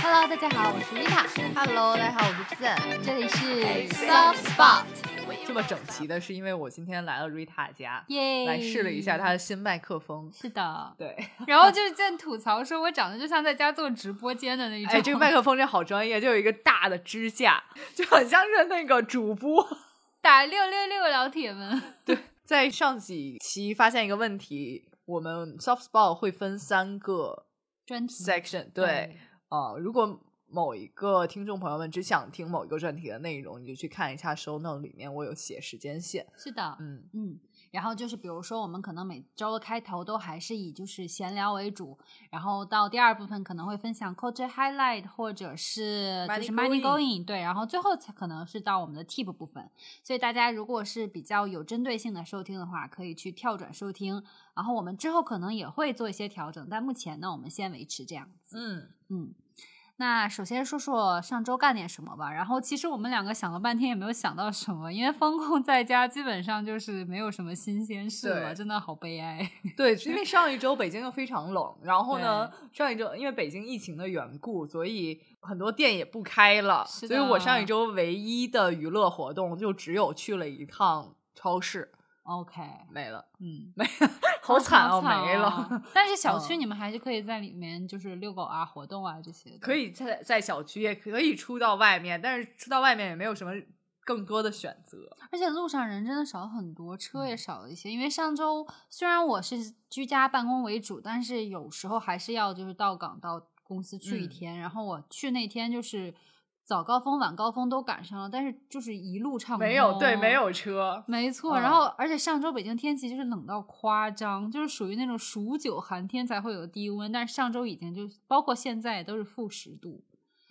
Hello，大家好，我是 Rita， Hello，大家好，我是 Zen。这里是 Soft Spot，这么整齐的是因为我今天来了 Rita 家，耶！来试了一下她的新麦克风。是的，对，然后就是见吐槽说我长得就像在家做直播间的那种，哎，这个麦克风这好专业，就有一个大的支架， 就很像是那个主播。打六六六老铁们，在上几期发现一个问题，我们 Soft Spot 会分三个专题 section，对，，嗯呃，如果某一个听众朋友们只想听某一个专题的内容，你就去看一下 show note 里面我有写时间线。是的，嗯，嗯。然后就是，比如说，我们可能每周的开头都还是以就是闲聊为主，然后到第二部分可能会分享 culture highlight 或者是就是 Money money going going，对，然后最后才可能是到我们的 tip 部分。所以大家如果是比较有针对性的收听的话，可以去跳转收听。然后我们之后可能也会做一些调整，但目前呢，我们先维持这样子。嗯，嗯，那首先说说上周干点什么吧。然后其实我们两个想了半天也没有想到什么，因为风控在家基本上就是没有什么新鲜事了，对真的好悲哀。对，因为上一周北京又非常冷，然后呢，上一周因为北京疫情的缘故，所以很多店也不开了，是的所以我上一周唯一的娱乐活动就只有去了一趟超市， OK，没 了，嗯，好惨哦，没了。哦。 但是小区嗯你们还是可以在里面就是遛狗啊、活动啊这些的。 可以在在小区，也可以出到外面，但是出到外面也没有什么更多的选择。而且路上人真的少很多，车嗯也少了一些。因为上周虽然我是居家办公为主，但是有时候还是要就是到岗到公司去一嗯天。然后我去那天就是早高峰、晚高峰都赶上了，但是就是一路畅通。没有，对，没，有车。没错。嗯然后而且上周北京天气就是冷到夸张，就是属于那种数九寒天才会有低温，但是上周已经就是包括现在都是负十度，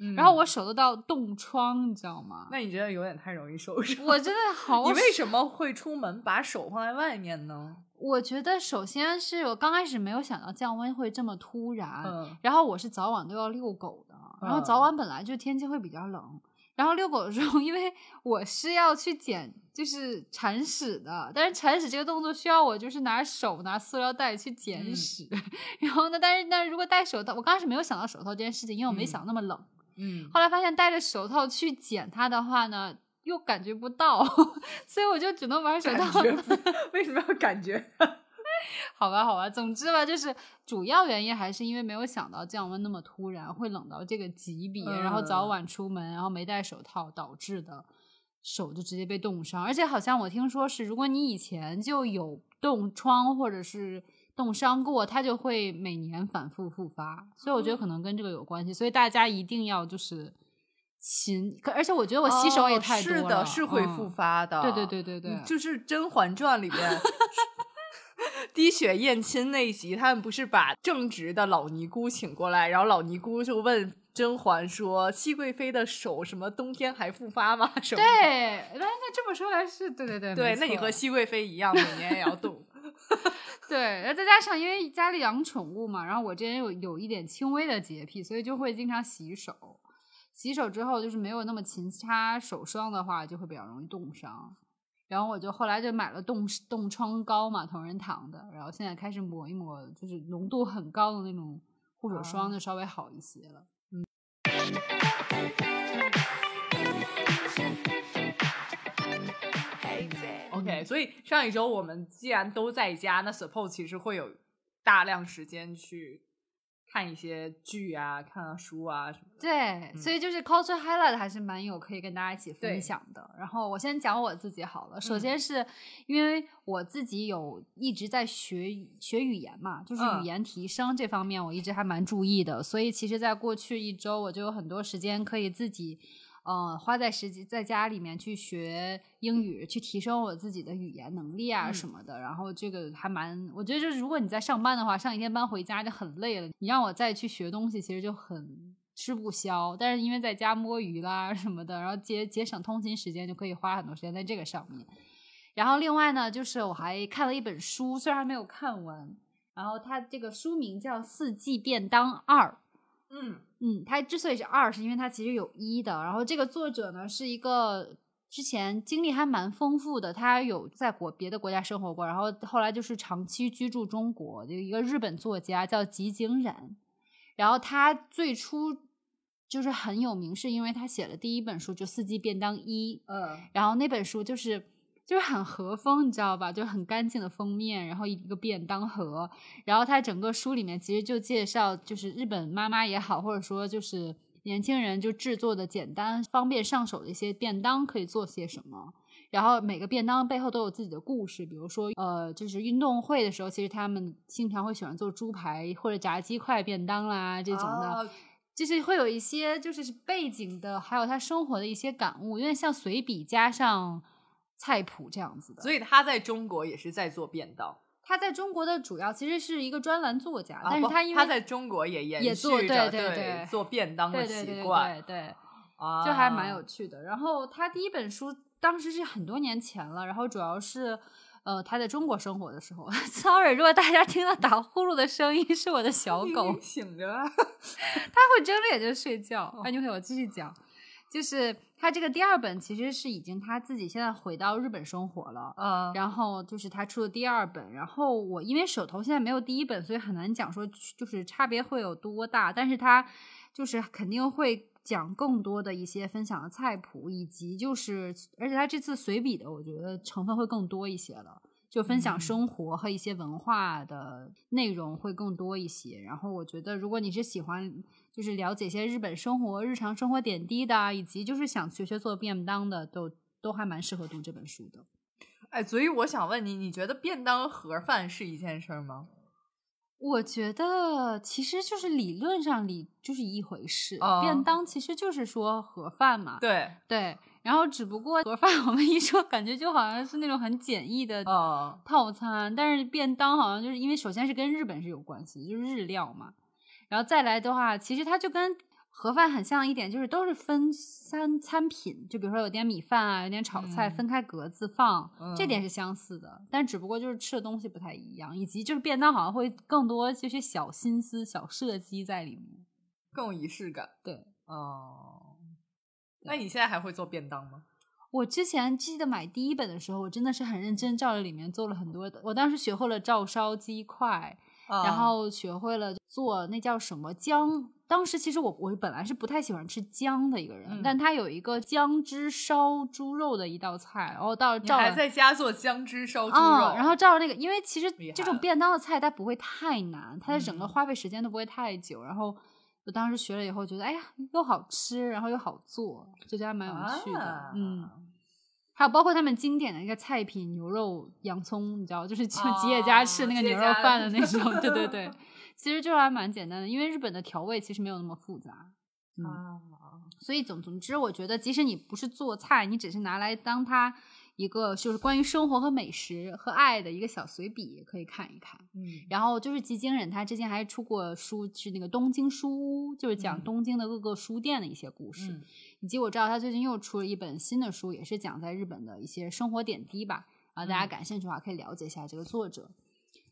嗯然后我，手都到冻疮，你知道吗？那你真的有点太容易受伤。我真的好你为什么会出门把手放在外面呢？我觉得首先是我刚开始没有想到降温会这么突然，嗯，然后我是早晚都要遛狗的，然后嗯早晚本来就天气会比较冷，然后遛狗的时候，因为我是要去捡就是铲屎的，但是铲屎这个动作需要我就是拿手拿塑料袋去捡嗯屎， 然后呢，但是但是如果戴手套，我刚开始没有想到手套这件事情，因为我没嗯想那么冷，嗯，后来发现戴着手套去捡它的话呢。又感觉不到， 所以我就只能玩手感套。觉不 为什么要感觉？好吧，好吧，总之吧，就是主要原因还是因为没有想到降温那么突然，会冷到这个级别，然后早嗯晚出门，然后没戴手套导致的，手就直接被冻伤。而且好像我听说是，如果你以前就有冻疮或者是冻伤过，它就会每年反复复发，所以我觉得可能跟这个有关系。所以大家一定要就是勤，可而且 我觉得我洗手也太多了，哦是的，是会嗯复、发的。对对对对对，嗯就是《甄嬛传》里面 滴血验亲那一集，他们不是把正直的老尼姑请过来，然后老尼姑就问甄嬛说：“熹贵妃的手什么冬天还复发吗？”什么的对，那那这么说来是对对对对没，那你错和熹贵妃一样，每年也要动。 对，然呃后再加上因为家里养宠物嘛，然后我这人有有一点轻微的洁癖，所以就会经常洗手。洗手之后就是没有那么勤擦手霜的话，就会比较容易冻伤。然后我就后来就买了冻冻疮膏嘛，同仁堂的，然后现在开始抹一抹，就是浓度很高的那种护手霜，就稍微好一些了。嗯 OK，所以上一周我们既然都在家，那 suppose 其实会有大量时间去看一些剧啊、看啊书啊什么的。对，嗯所以就是 culture highlight 还是蛮有可以跟大家一起分对嗯享的。然后我先讲我自己好了，首先是因为我自己有一直在学语学语言嘛，就是嗯语言提升这方面，我一直还蛮注意的。所以其实，在过去一周，我就有很多时间可以自己。呃，花在时间在家里面去学英语，去提升我自己的语言能力啊嗯什么的。然后这个还蛮，我觉得就是如果你在上班的话，上一天班回家就很累了，你让我再去学东西，其实就很吃不消。但是因为在家摸鱼啦什么的，然后节节省通勤时间，就可以花很多时间在这个上面。然后另外呢，就是我还看了一本书，虽然还没有看完，然后它这个书名叫《四季便当二》。嗯，嗯，它之所以是二，是因为它其实有一的。然后这个作者呢是一个之前经历还蛮丰富的，他有在国别的国家生活过，然后后来就是长期居住中国的一个日本作家叫吉井忍。然后他最初就是很有名，是因为他写了第一本书就《四季便当一》，嗯，然后那本书就是就是很和风，你知道吧？就是很干净的封面，然后一个便当盒，然后它整个书里面其实就介绍，就是日本妈妈也好，或者说就是年轻人就制作的简单、方便上手的一些便当可以做些什么。然后每个便当背后都有自己的故事，比如说，呃，就是运动会的时候，其实他们经常会喜欢做猪排或者炸鸡块便当啦这种的。哦就是会有一些就是背景的，还有他生活的一些感悟，有点像随笔加上菜谱这样子的。所以他在中国也是在做便当，他在中国的主要其实是一个专栏作家，啊但是不他因为他在中国也延也续做着对对对做便当的对对对习对对惯，对，啊，就还蛮有趣的。然后他第一本书当时是很多年前了，然后主要是。呃，他在中国生活的时候 ，sorry，如果大家听到打呼噜的声音是我的小明狗明， 醒着啊，他会睁着眼睛睡觉。啊，你会我继续讲，就是他这个第二本其实是已经他自己现在回到日本生活了。嗯然后就是他出的第二本，然后我因为手头现在没有第一本，所以很难讲说就是差别会有多大，但是他就是肯定会讲更多的一些分享的菜谱，以及就是而且他这次随笔的，我觉得成分会更多一些了。就分享嗯生活和一些文化的内容会更多一些。然后我觉得，如果你是喜欢就是了解一些日本生活、日常生活点滴的啊，以及就是想学学做便当的，都都还蛮适合读这本书的。哎，所以我想问你，你觉得便当盒饭是一件事儿吗？我觉得其实就是理论上理就是一回事，哦便当其实就是说盒饭嘛，对，对然后只不过盒饭 我们一说，感觉就好像是那种很简易的呃嗯，套餐，但是便当好像就是因为首先是跟日本是有关系，就是日料嘛，然后再来的话，其实它就跟盒饭很像一点，就是都是分三餐品，就比如说有点米饭啊，有点炒菜，嗯分开格子放，这嗯点是相似的，但只不过就是吃的东西不太一样，以及就是便当好像会更多这些小心思、小设计在里面。更有仪式感。对，哦、那你现在还会做便当吗？我之前记得买第一本的时候，我真的是很认真照着里面做了很多的，我当时学会了照烧鸡块，然啊后学会了做那叫什么姜。当时其实我我本来是不太喜欢吃姜的一个人，嗯但他有一个姜汁烧猪肉的一道菜，然后到你照还着在家做姜汁烧猪肉，嗯，然后照着那个，因为其实厉害这种了便当的菜它不会太难，它的整个嗯花费时间都不会太久。然后我当时学了以后，觉得哎呀，又好吃，然后又好做，就觉得还蛮有趣的。啊嗯，还有包括他们经典的一个菜品，牛肉洋葱，你知道，就是去吉野家吃哦那个吉牛野肉家饭的那种。对 对对，其实就还蛮简单的，因为日本的调味其实没有那么复杂。嗯，啊，所以总总之，我觉得即使你不是做菜，你只是拿来当它一个就是关于生活和美食和爱的一个小随笔，也可以看一看。嗯，然后就是吉京忍，他之前还出过书，是那个《东京书屋》，就是讲嗯东京的各个书店的一些故事。嗯以及我知道他最近又出了一本新的书，也是讲在日本的一些生活点滴吧。然后大家嗯感兴趣的话，可以了解一下这个作者。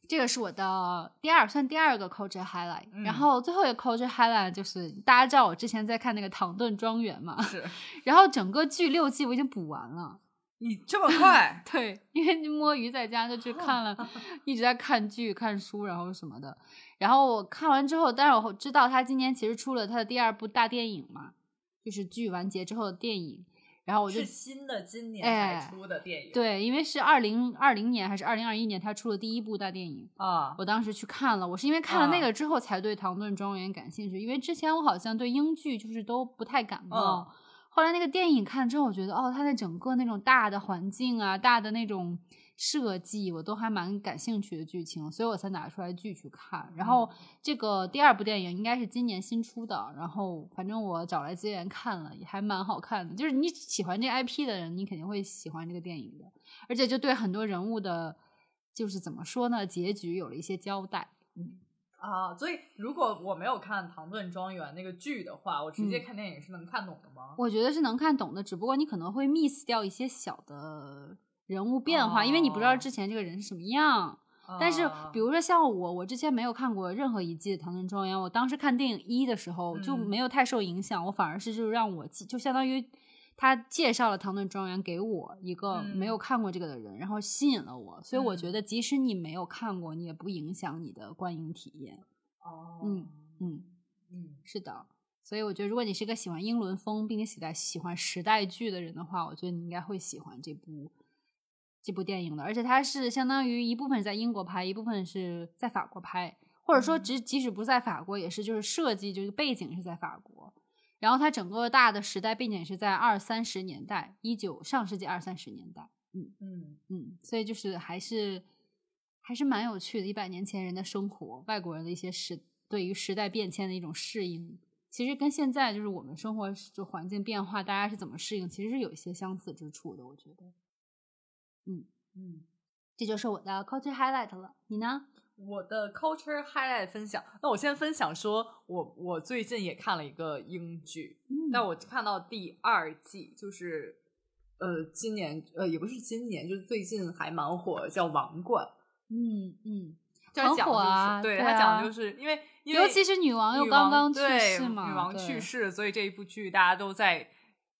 这个是我的第二，算第二个 culture highlight。然嗯后最后一个 culture highlight 就是大家知道我之前在看那个《唐顿庄园》嘛， 是然后整个剧六季我已经补完了。？你这么快对，因为摸鱼在家就去看了，一直在看剧、看书，然后什么的。然后我看完之后，但是我知道他今年其实出了他的第二部大电影嘛，就是剧完结之后的电影。然 后我就是新的今年哎才出的电影、对，因为是二零二零年还是二零二一年，他出了第一部大电影。啊，我当时去看了，我是因为看了那啊个之后才对《唐顿庄园》感兴趣，因为之前我好像对英剧就是都不太感冒。后来那个电影看了之后，我觉得哦，它的整个那种大的环境啊，大的那种设计，我都还蛮感兴趣的剧情，所以我才拿出来剧去看。然后这个第二部电影应该是今年新出的，然后反正我找来资源看了，也还蛮好看的。就是你喜欢这 IP 的人，你肯定会喜欢这个电影的。而且就对很多人物的，就是怎么说呢，结局有了一些交代。啊，所以如果我没有看《唐顿庄园》那个剧的话，我直接嗯看电影是能看懂的吗？我觉得是能看懂的，只不过你可能会 miss 掉一些小的人物变化，因为你不知道哦之前这个人是什么样。但是啊比如说像我，我之前没有看过任何一季的《唐顿庄园》，我当时看电影一的时候就嗯没有太受影响，我反而是就让我记，就相当于。他介绍了《唐顿庄园》给我一个没有嗯看过这个的人，然后吸引了我，所以我觉嗯得即使你没有看过，你也不影响你的观影体验。哦，嗯嗯，嗯，是的，所以我觉得，如果你是一个喜欢英伦风并且喜欢喜欢时代剧的人的话，我觉得你应该会喜欢这部这部电影的。而且它是相当于一部分在英国拍，一部分是在法国拍，或者说只即使不在法国，也是就是设计就是背景是在法国。然后它整个大的时代背景是在二三十年代，一九上世纪二三十年代，嗯，嗯，所以就是还是还是蛮有趣的，一百年前人的生活，外国人的一些时对于时代变迁的一种适应，其实跟现在就是我们生活就环境变化，大家是怎么适应，其实是有一些相似之处的，我觉得。嗯嗯，这就是我的 culture highlight 了，你呢？我的 culture highlight 分享，那我先分享说，我我最近也看了一个英剧，但嗯嗯我看到第二季，就是呃，今年呃也不是今年，就是最近还蛮火，叫《王冠》，嗯嗯，就是很讲火就是、啊对对他讲啊就是因为因为尤其是女王又女刚刚去对世嘛，女王对去，世，所以这一部剧大家都在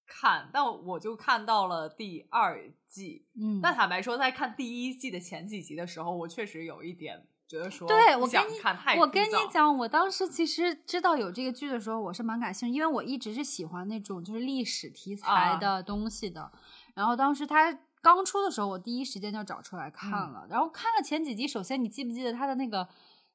看，但我就看到了第二季，嗯，但坦白说，在看第一季的前几集的时候，我确实有一点觉得说，对不我想跟你看太我枯跟你燥，讲，我当时其实知道有这个剧的时候，我是蛮感兴趣，因为我一直是喜欢那种就是历史题材啊的东西的。然后当时它刚出的时候，我第一时间就找出来看嗯了。然后看了前几集，首先你记不记得它的那个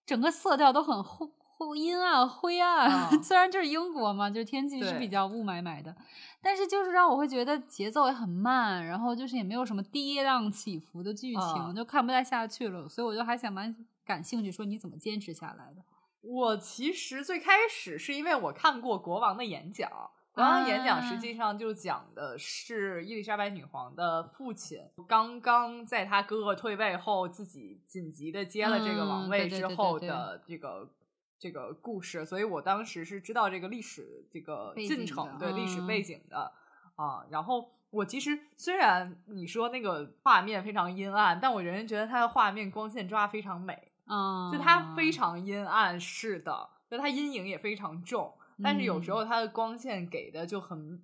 整个色调都很灰灰阴暗、灰暗？啊 虽然就是英国嘛，就是天气是对比较雾霾霾的，但是就是让我会觉得节奏也很慢，然后就是也没有什么跌宕起伏的剧情，啊就看不太下去了。所以我就还想蛮感兴趣，说你怎么坚持下来的？我其实最开始是因为我看过国王的演讲，国王的演讲实啊际上就讲的是伊丽莎白女皇的父亲刚刚在他哥哥退位后，自己紧急的接了这个王嗯位对对之对对后对的这个。这个故事，所以我当时是知道这个历史这个背景进的程，对历史嗯背景的啊。然后我其实虽然你说那个画面非常阴暗，但我仍然觉得它的画面光线抓得非常美，啊、就它非常阴暗，是的，就它阴影也非常重，但是有时嗯候它的光线给的就很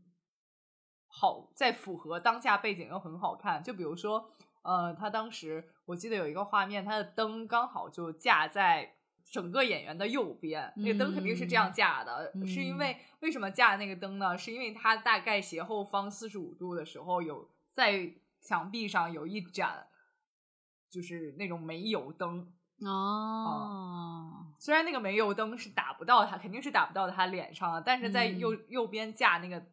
好，在符合当下背景又很好看。就比如说，呃，他当时我记得有一个画面，它的灯刚好就架在。整个演员的右边，那个灯肯定是这样嗯架的，是因嗯为为什么架那个灯呢？是因为它大概斜后方四十五度的时候，有在墙壁上有一盏，就是那种煤油灯，哦，虽然那个煤油灯是打不到他，肯定是打不到他脸上的，但是在右、嗯右边架那个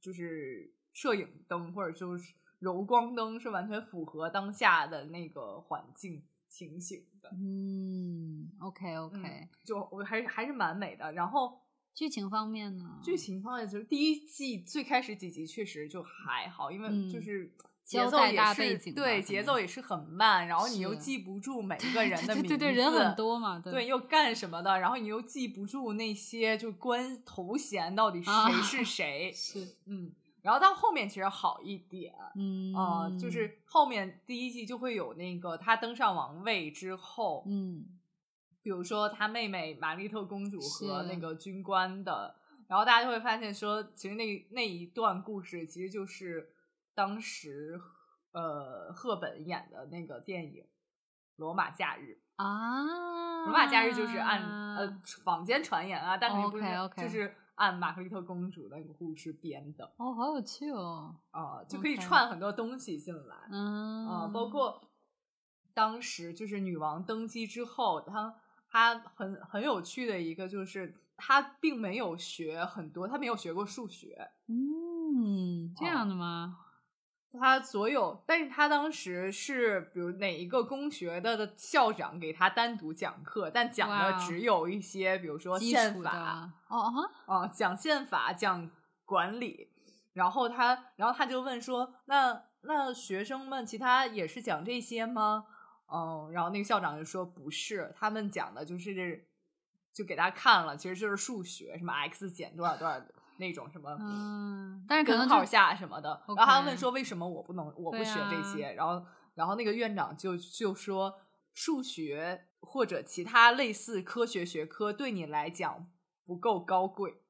就是摄影灯或者就是柔光灯，是完全符合当下的那个环境情形的。嗯，OK OK，、嗯就我还是还是蛮美的。然后剧情方面呢？剧情方面，就是第一季最开始几集确实就还好，因为嗯就是。节交奏代也大是背景吧对，可节能奏也是很慢，然后你又是记不住每一个人 的对名字，对对，人很多嘛，对对，又干什么的，然后你又记不住那些就关头衔到底啊 谁是谁，是，嗯，然后到后面其实好一点，嗯呃，就是后面第一季就会有那个他登上王位之后，嗯比如说他妹妹玛丽特公主和是那个军官的，然后大家就会发现说，其实那那一段故事其实就是当时呃赫本演的那个电影《罗马假日》。啊，罗马假日就是按呃坊间传言啊，但肯定不是 OK，OK 就是按玛格丽特公主的那个故事编的哦，好有趣哦，啊、就可以 OK 串很多东西进来啊、嗯包括当时就是女王登基之后，她她很很有趣的一个就是她并没有学很多，她没有学过数学，嗯这哦样的吗？他所有，但是他当时是比如哪一个公学的的校长给他单独讲课，但讲哇的哦只有一些，比如说基宪础的法，哦啊哈，啊，讲宪法，讲管理。然后他，然后他就问说：“那那学生们其他也是讲这些吗？”嗯，然后那个校长就说：“不是，他们讲的就是，就给他看了，其实就是数学，什么 x 减多少多少那种什么，嗯，但是可能根就号下什么的。然后他 OK 问说为什么我不能，我不对学这啊些？然后然后那个院长就就说数学或者其他类似科学学科对你来讲不够高贵。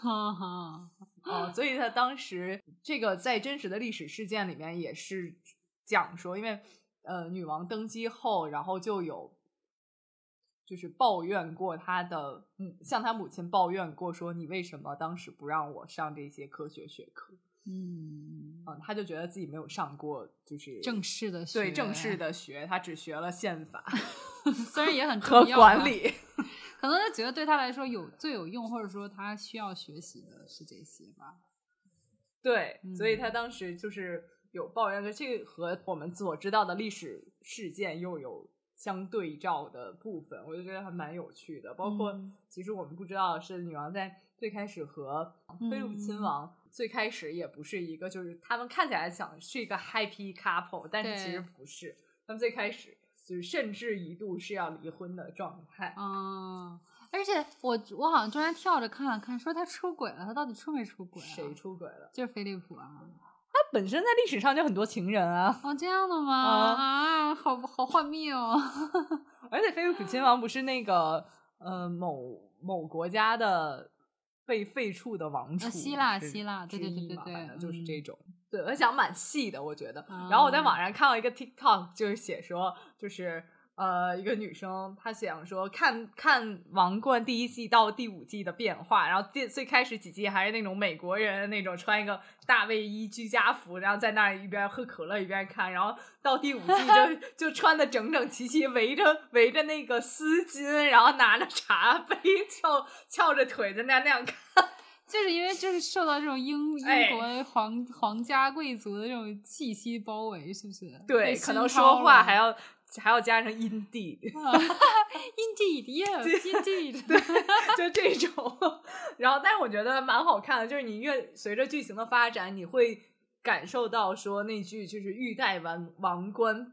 哈哈，哦，所以他当时这个在真实的历史事件里面也是讲说，因为呃女王登基后，然后就有就是抱怨过他的，嗯，向他母亲抱怨过，说你为什么当时不让我上这些科学学科？嗯，嗯，他就觉得自己没有上过，就是正式的学对正式，的学，他只学了宪法 虽然也 很和重要啊管吧，理。可能就觉得对他来说有最有用，或者说他需要学习的是这些吧。对，所以嗯他当时就是有抱怨，就这个和我们所知道的历史事件又有相对照的部分，我就觉得还蛮有趣的。包括嗯其实我们不知道的是，女王在最开始和菲利普亲王最开始也不是一个，就是他们看起来想是一个 happy couple，但是其对实不是，他们最开始。就是甚至一度是要离婚的状态，嗯，而且我我好像中间跳着看了看，说他出轨了，他到底出没出轨、啊？谁？出轨了？就是菲利普啊。他本身在历史上就很多情人啊，哦，这样的吗？啊，好好幻灭哦。而且菲利普亲王不是那个呃某某国家的被废黜的王储呃之，希腊希腊对之对对一对嘛对反正就是嗯这种。对，我想蛮细的，我觉得。啊然后我在网上看到一个 TikTok，就是写说，就是呃，一个女生她想说看看《王冠》第一季到第五季的变化，然后最最开始几季还是那种美国人那种穿一个大卫衣居家服，然后在那儿一边喝可乐一边看，然后到第五季就 就穿的整整齐齐，围着围着那个丝巾，然后拿着茶杯，翘翘着腿在那那样看。就是因为就是受到这种英英哎国皇皇家贵族的这种气息包围，是不是？对，被可熏能陶说话了啊还要还要加上音地， Indeed, yes, 对 indeed. 就这种。 然后，但是我觉得蛮好看的，就是你越随着剧情的发展，你会感受到说那句就是“欲戴王王冠，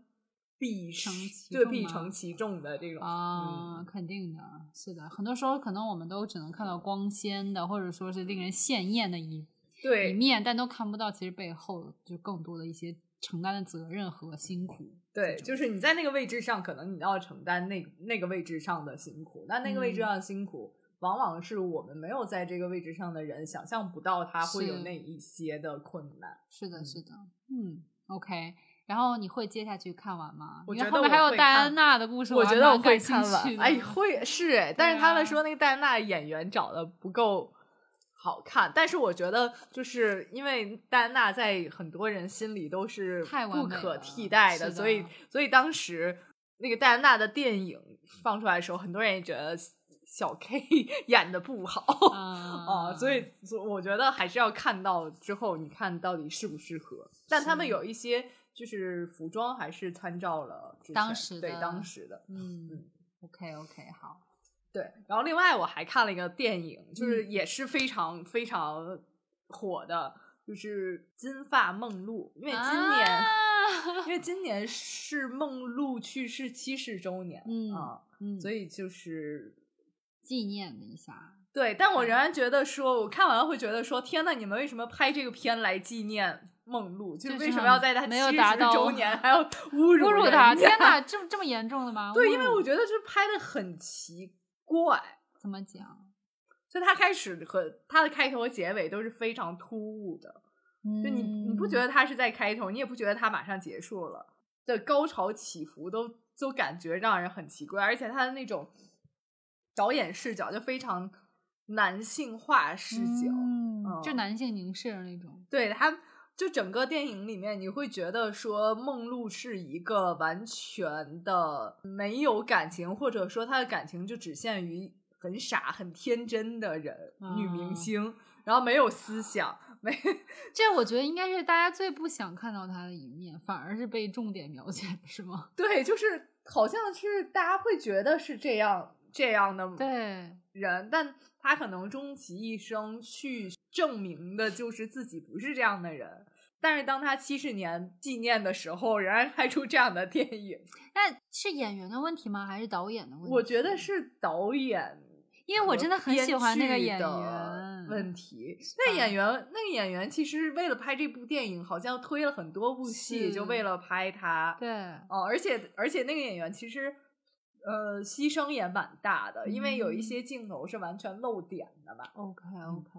必承是其对重必吗承其重”的这种啊、嗯肯定的，是的。很多时候可能我们都只能看到光鲜的，或者说是令人鲜艳的一一对面，但都看不到其实背后就更多的一些承担的责任和辛苦。对，就是你在那个位置上，可能你要承担那那个位置上的辛苦，但那个位置嗯上的辛苦。往往是我们没有在这个位置上的人想象不到他会有是那一些的困难。是的，嗯是的，嗯，OK。然后你会接下去看完吗？我因为觉后得面还我有会戴看安娜的故事，我还觉得我蛮感会兴啊看完趣，的哎，会是哎，但对是他啊们说那个戴安娜演员找的不够好看，但是我觉得就是因为戴安娜在很多人心里都是太完不美可了替代是所以的所以当时那个戴安娜的电影放出来的时候，很多人也觉得小 K 演的不好。啊、 哦，所以所以我觉得还是要看到之后，你看到底适不适合。但他们是有一些就是服装还是参照了之当前时对的当时的，嗯，OK OK，好，对，然后另外我还看了一个电影，嗯就是也是非常、非常火的，就是《金发梦露》，因为今年、啊、因为今年是梦露去世七十周年，嗯啊，嗯，所以就是纪念了一下，对，但嗯我仍然觉得说，我看完会觉得说，天呐，你们为什么拍这个片来纪念梦露？就是就是为什么很要在她没有达七到十周年还要 侮侮辱辱人他！家 天哪，这么这么严重的吗？对，侮因为辱我觉得就是拍的很奇怪。怎么 讲，就它开始和它的开头和结尾都是非常突兀的，就你你不觉嗯得它是在开头，你也不觉得它马上结束了的高潮起伏都都感觉让人很奇怪，而且它的那种导演视角就非常男性化视角，嗯，就嗯男性凝视的那种，对它就整个电影里面你会觉得说梦露是一个完全的没有感情，或者说她的感情就只限于很傻很天真的人、女啊明星，然后没有思想，没这我觉得应该是大家最不想看到他的一面，反而是被重点描写的是吗？ 对，就是好像是大家会觉得是这样这样的对，人，但他可能终其一生去证明的就是自己不是这样的人。但是当他七十年纪念的时候，仍然拍出这样的电影，那是演员的问题吗？还是导演的问题？我觉得，是导演，因为我真的很喜欢那个演员。嗯问题。那吧演员，那个演员其实为了拍这部电影，好像推了很多部戏，就是为了拍他。对，哦，而且而且那个演员其实，呃，牺牲也蛮大的，因为有一嗯些镜头是完全露点的嘛。 OK OK，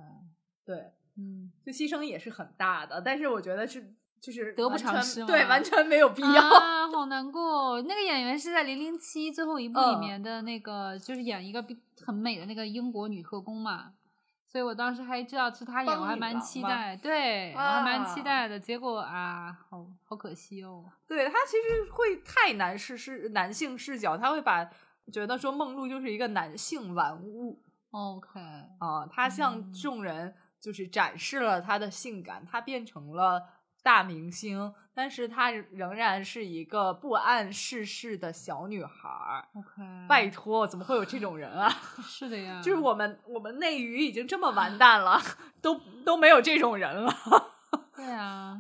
对，嗯，就牺牲也是很大的，但是我觉得是就是得不完偿全失嘛对，完全没有必要。啊，好难过。那个演员是在《零零七》最后一部里嗯面的那个，就是演一个比很美的那个英国女特工嘛。所以我当时还知道是她演，邦我还女蛮郎期吗待，对，我还蛮期啊待的。结果啊，好好可惜哦。对他其实会太男视视男性视角，他会把觉得说梦露就是一个男性玩物 OK，啊，他向嗯众人就是展示了他的性感，他变成了大明星，但是他仍然是一个不谙世事的小女孩儿。 OK，拜托，怎么会有这种人啊？ 是的呀，就是我们我们内娱已经这么完蛋了， 都都没有这种人了。对啊，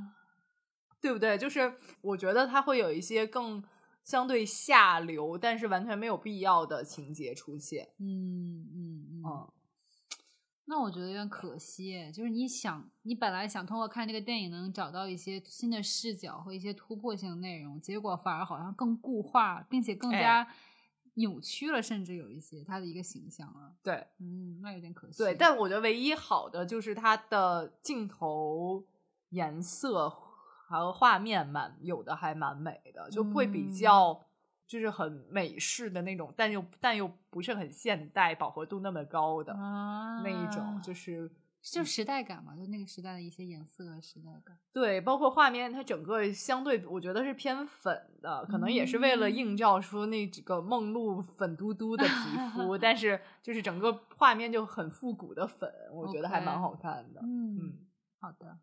对不对？就是我觉得它会有一些更相对下流，但是完全没有必要的情节出现。嗯嗯嗯，嗯，那我觉得有点可惜，就是你想，你本来想通过看这个电影能找到一些新的视角和一些突破性的内容，结果反而好像更固化，并且更哎加扭曲了，甚至有一些他的一个形象了。对嗯，那有点可惜。对，但我觉得唯一好的就是它的镜头颜色和画面蛮有的还蛮美的，就会比嗯较就是很美式的那种，但又但又不是很现代，饱和度那么高的、啊，那一种，就是嗯就时代感嘛，就那个时代的一些颜色和时代感。对，包括画面，它整个相对我觉得是偏粉的，可能也是为了嗯映照出那几个梦露粉嘟嘟的皮 肤，但是就是整个画面就很复古的粉，我觉得还蛮 OK 好看的。嗯，嗯好的，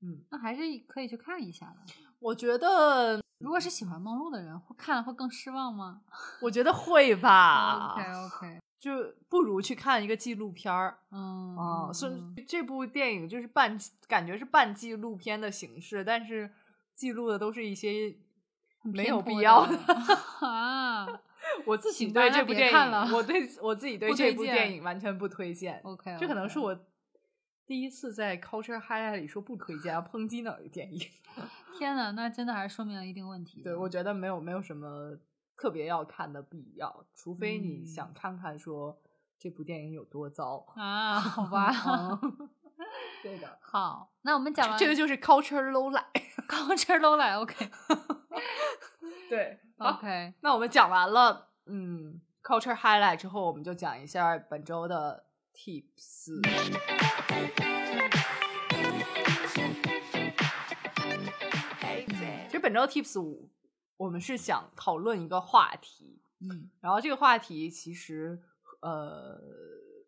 嗯，那还是可以去看一下的。我觉得，如果是嗯喜欢梦露的人，会看了会更失望吗？哦我觉得会吧， OK OK，就不如去看一个纪录片儿嗯，啊。嗯是、嗯这部电影就是半感觉是半纪录片的形式，但是记录的都是一些很没偏有颇必要的 啊。我自己行吧对那这部别电看影，了 我对我自己对不这推部荐电影完全不推荐。 OK，这可能是 OK 我第一次在 culture highlight 里说不推荐啊，抨击哪个 电影？天呐，那真的还是说明了一定问题的。对，我觉得没有没有什么特别要看的必要，除非你嗯想看看说这部电影有多糟。 啊，好吧， 嗯对的， 好，那我们讲完这个就是 culture low light。高枝都来 OK 对，好， OK，那我们讲完了，嗯，culture highlight 之后，我们就讲一下本周的 tips。嗯其实本周 Tips 五，我们是想讨论一个话题，嗯然后这个话题其实，呃，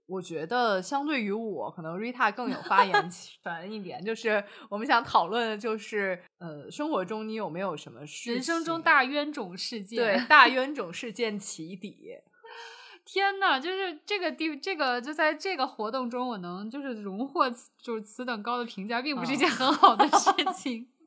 我觉得相对于我，可能 Rita 更有 发言权一点，就是我们想讨论的就是，呃，生活中你有没有什么事情人生中大冤种事件，对大冤种事件起底？ 天呐，就是这个地，这个就在这个活动中，我能就是荣获此就是此等高的评价，并不是一嗯件很好的事情。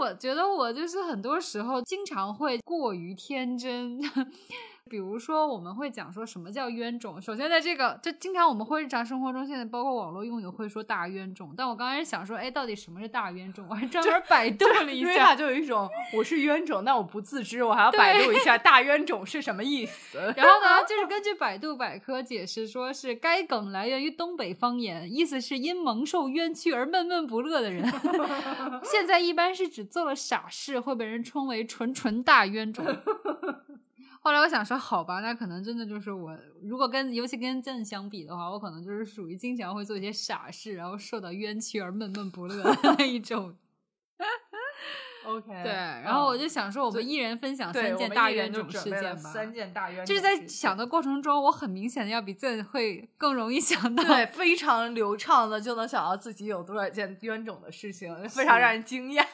我觉得我就是很多时候经常会过于天真， 比如说我们会讲说什么叫冤种。首先，在这个就经常我们会日常生活中，现在包括网络用语会说大冤种，但我刚开始想说，哎，到底什么是大冤种？我还专门百度了一因为下他，就有一种我是冤种，但我不自知，我还要百度一 下大冤种是什么意思。然后 呢，就是根据百度百科解释，说是该梗来源于东北方言，意思是因蒙受冤屈而闷闷不乐的 人。现在一般是指做了傻事会被人称为“纯纯大冤 种”。后来我想说，好吧，那可能真的就是我，如果跟尤其跟朕相比的话，我可能就是属于经常会做一些傻事，然后受到冤屈而闷闷不乐的那一 种。 OK，对，然后我就想说，我所们以一人分享嗯对三我件们大一人冤就种准事备了件吧。三件大冤种，就是在想。的过程中，我很明显的要比 z 会更容易想 到。对，非常流畅的就能想到自己有多少件冤种的事情，非常让人惊讶。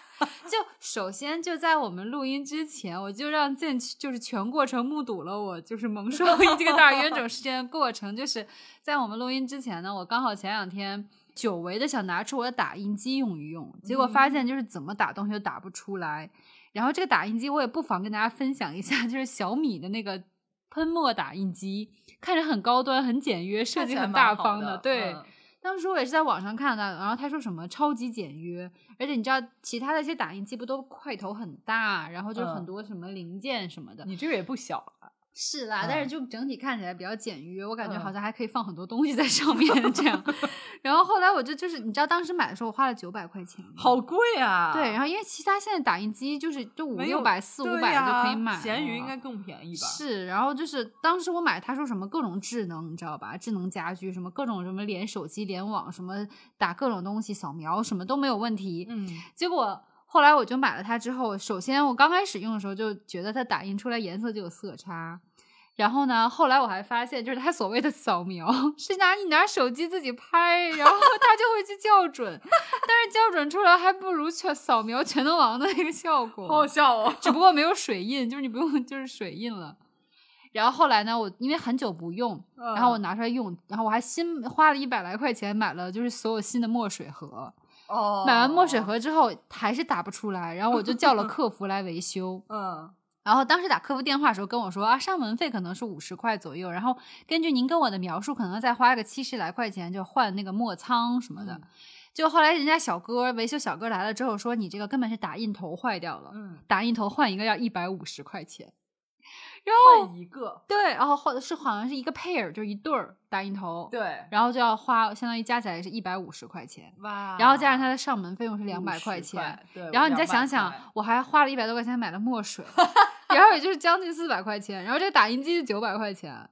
就首先就在我们录音之前，我就让 z 就是全过程目睹了我就是蒙 受这个大冤种事件的过程。就是在我们录音之前呢，我刚好前两天。久违的想拿出我的打印机用一用，结果发嗯现就是怎么打东西都打不出来。然后这个打印机我也不妨跟大家分享一下，就是小米的那个喷墨打印机，看着很高端、很简约，设 计很大方的，对，嗯当时我也是在网上看到的，然后他说什么超级简约，而且你知道其他的一些打印机不都块头很大，然后就嗯很多什么零件什么的，你这个也不小了，是啦，但嗯是就整体看起来比较简约，我感觉嗯好像还可以放很多东西在上面这 样。然后后来我就就是，你知道当时买的时候我花了九百块钱，好贵啊！对。然后因为其他现在打印机就是就五没六有百、四五对百呀就可以买了，咸鱼应该更便宜吧？是，然后就是当时我买，他说什么各种智能，你知道吧？智能家居什么各种什么连手机、联网，什么打各种东西、扫描，什么都没有问题。嗯，结果后来我就买了它之后，首先我刚开始用的时候就觉得它打印出来颜色就有色差，然后呢，后来我还发现，就是它所谓的扫描是拿你拿手机自己拍，然后它就会去校准， 但是校准出来还不如全扫描全能王的那个效果。好好笑哦。只不过没有水印，就是你不用 就是水印了。然后后来呢，我因为很久不用， 然嗯后我拿出来用，然后我还新花了一百来块钱买了就是所有新的墨水盒。哦，。买完墨水，盒之后还是打不出来，然后我就叫了客服来维修嗯，然后当时打客服电话的时候跟我说啊，上门费可能是五十块左右，然后根据您跟我的描述，可能再花个七十来块钱就换那个墨仓什么的。就后来人家小哥维修小哥来了之后说，你这个根本是打印头坏掉了。嗯，打印头换一个要一百五十块钱。然后换一个，对，然后或者是好像是一个 pair，就是一对儿打印头，，对，然后就要花相当于加起来是一百五十块钱，哇然后加上它的上门费用是两百啊块钱，，对，然后你再200想块想，我还花了一百多块钱买了墨 水，然后也就是将近四百块钱，然后这个打印机是九百块钱，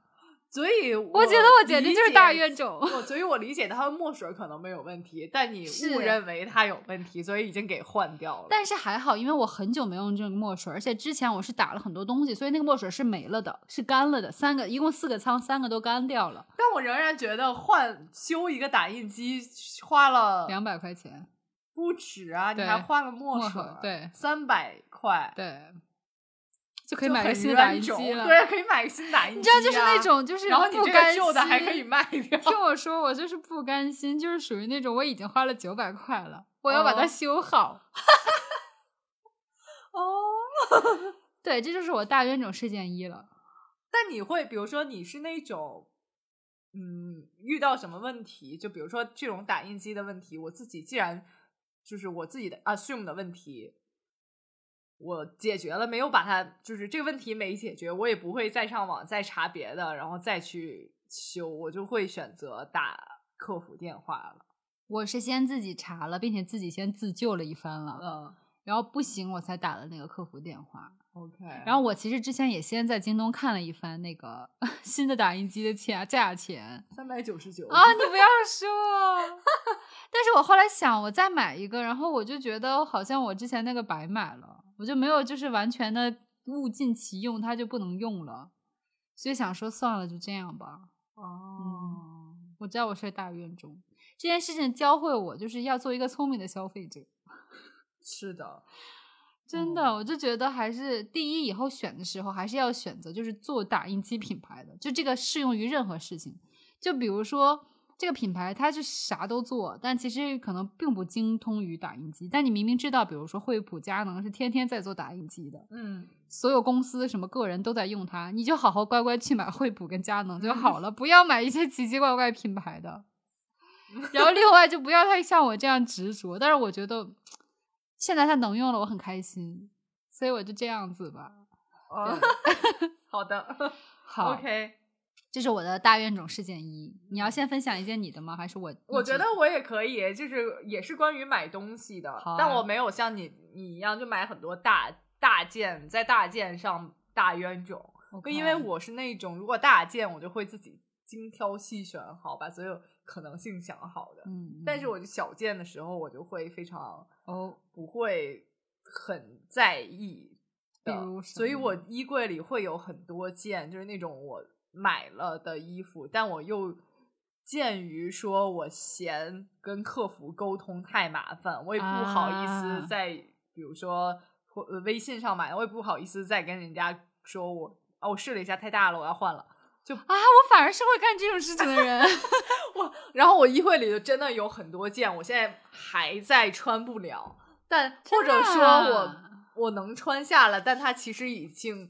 所以我我觉得我简直理就是大解冤种。我所以，我理解它的墨水可能没有问题，但你是误认为它有问题，所以已经给换掉了。但是还好，因为我很久没用这个墨水，而且之前我是打了很多东西，所以那个墨水是没了的，是干了的。三个一共四个仓，三个都干掉了，但我仍然觉得换修一个打印机花了两百块钱。不止啊，你对还换了墨墨水盒，对三百块对，就可可以买个新的打印机了。对，可以买个新打印机、啊你知道，就是那，种就是然后你不这甘个心旧的还可以。卖掉。听我说，我就是不甘心，就是属于那种我已经花了九百块了，我要把它哦修 好。哦，对，这就是我大冤种事件一了。但你会，比如说你是那种，嗯，遇到什么问题，就比如说这种打印机的问题，我自己既然就是我自己的 assume 的问题，我解决了，没有把它就是这个问题没解决，我也不会再上网再查别的，然后再去修，我就会选择打客服电话了。我是先自己查了，并且自己先自救了一番了，嗯然后不行我才打了那个客服电话。 ，OK，然后我其实之前也先在京东看了一番那个 新的打印机的价价钱，三百九哦十九啊，你不要说。但是我后来想，我再买一个，然后我就觉得好像我之前那个白买了，我就没有就是完全的物尽其用，它就不能用了，所以想说算了，就这样吧。嗯哦，我知道我是大冤种，这件事情教会我就是要做一个聪明的消费者。是的，真的，我就觉得还是第一，以后选的时候还是要选择就是做打印机品牌的，就这个适用于任何事情。就比如说这个品牌，它是啥都做，但其实可能并不精通于打印机。但你明明知道，比如说惠普、佳能是天天在做打印机的，嗯，所有公司什么个人都在用它，你就好好乖乖去买惠普跟佳 能就好了，不要买一些奇奇怪怪品牌的。然后另外就不要太像我这样执着，但是我觉得现在它能用了，我很开心，所以我就这样子吧。哦 好的好，OK。这是我的大怨种事件一。你要先分享一件你的吗？还是我？我觉得我也可以，就是也是关于买东西的，好啊但我没有像你你一样就买很多大大件，在大件上大冤种， OK 因为我是那种如果大件我就会自己精挑细选好，把所有可能性想好的，嗯，嗯但是我就小件的时候我就会非常哦，不会很在意的比如什所以么我衣柜里会有很多件，就是那种我买了的衣服，但我又鉴于说我嫌跟客服沟通太麻烦，我也不好意啊思在、比如说或呃微信上买，我也不好意思再跟人家说我哦，我试了一下太大了，我要换了。啊，我反而是会干这种事情的人。 我，然后我衣柜里就真的有很多件，我现在还在穿不了，但或者真说的我啊我能穿下了，但它其实已经